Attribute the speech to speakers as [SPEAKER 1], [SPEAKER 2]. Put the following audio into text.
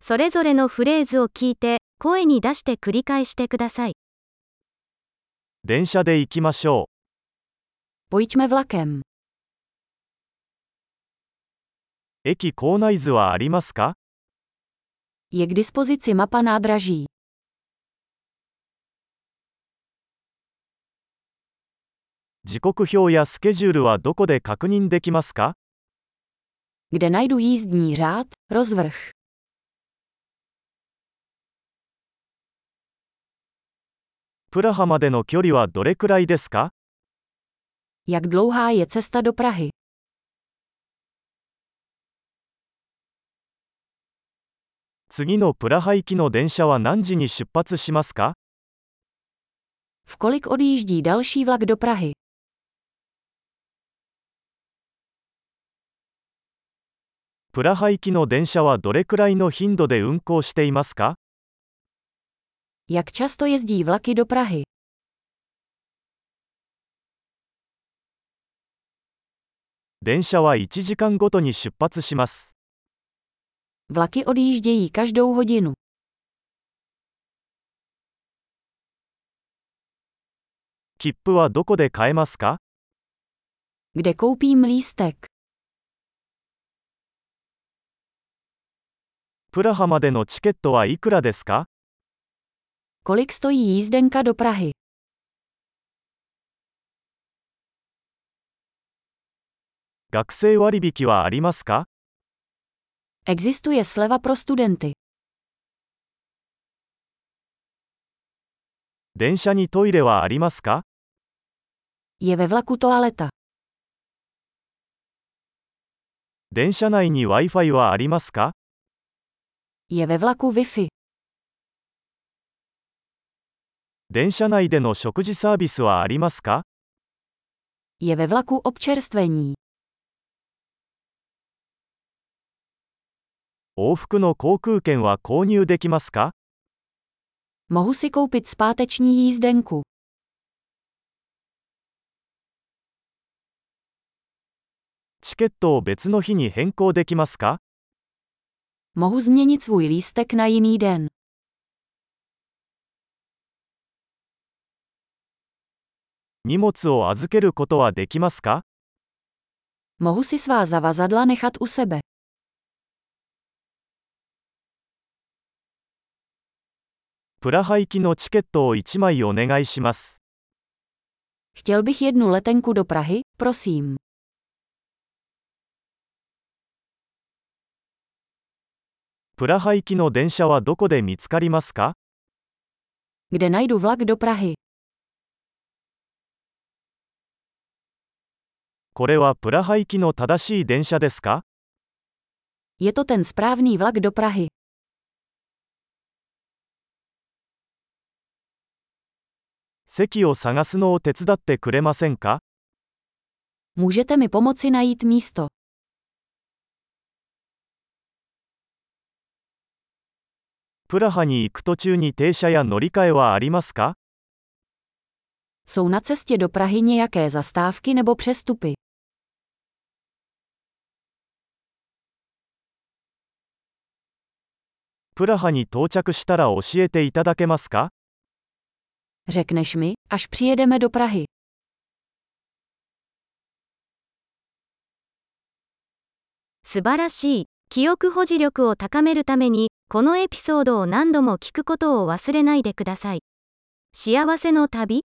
[SPEAKER 1] それぞれのフレーズを聞いて、声に出して繰り返してください。
[SPEAKER 2] 電車で行きましょう。
[SPEAKER 3] Pojďme vlakem.
[SPEAKER 2] 駅構内図はありますか
[SPEAKER 3] Je k dispozici mapa nádraží.
[SPEAKER 2] 時刻表やスケジュールはどこで確認できますか
[SPEAKER 3] Kde najdu jízdní řád, rozvrh.
[SPEAKER 2] プラハまでの距離はどれくらいですか
[SPEAKER 3] Jak dlouhá je cesta do Prahy?
[SPEAKER 2] 次のプラハ行きの電車は何時に出発しますか
[SPEAKER 3] V kolik odjíždí další vlak do Prahy?
[SPEAKER 2] プラハ行きの電車はどれくらいの頻度で運行していますか
[SPEAKER 3] Jak často jezdí vlaky do Prahy?
[SPEAKER 2] 電車は1時間ごとに出発します。
[SPEAKER 3] Vlaky odjíždějí každou hodinu.
[SPEAKER 2] 切符はどこで買えますか
[SPEAKER 3] Kde koupím lístek?
[SPEAKER 2] プラハまでのチケットはいくらですか
[SPEAKER 3] Kolik stojí jízdenka do Prahy?
[SPEAKER 2] 学生割引はありますか
[SPEAKER 3] Existuje sleva pro studenty.
[SPEAKER 2] 電車にトイレはありますか
[SPEAKER 3] Je ve vlaku toaleta.
[SPEAKER 2] 電車内に Wi-Fi はありますか
[SPEAKER 3] Je ve vlaku Wi-Fi.
[SPEAKER 2] 電車内での食事サービスはありますか
[SPEAKER 3] Je ve vlaku občerstvení.
[SPEAKER 2] 往復の航空券は購入できますか
[SPEAKER 3] Mohu si koupit zpáteční jízdenku.
[SPEAKER 2] チケットを別の日に変更できますか
[SPEAKER 3] Mohu změnit svůj lístek na jiný den.
[SPEAKER 2] ?2 物を預けることはできますか
[SPEAKER 3] Mohu si svá zavazadla nechat u sebe.
[SPEAKER 2] プラハ行きのチケットを1枚お願いします。
[SPEAKER 3] Chtěl bych jednu letenku do Prahy, prosím.
[SPEAKER 2] プラハ行きの電車はどこで見つかりますか
[SPEAKER 3] Kde najdu vlak do Prahy?
[SPEAKER 2] これはプラハ行きの正しい電車ですか
[SPEAKER 3] Je to ten správný vlak do Prahy.
[SPEAKER 2] 席を探すのを手伝ってくれませんか
[SPEAKER 3] Můžete mi pomoci najít místo.
[SPEAKER 2] プラハに行く途中に停車や乗り換えはありますか
[SPEAKER 3] Jsou na cestě do Prahy nějaké zastávky nebo přestupy?
[SPEAKER 2] プラハに到着したら教えていただけますか
[SPEAKER 3] Řekneš mi, až přijedeme do Prahy.
[SPEAKER 1] 素晴らしい。記憶保持力を高めるために、このエピソードを何度も聞くことを忘れないでください。幸せの旅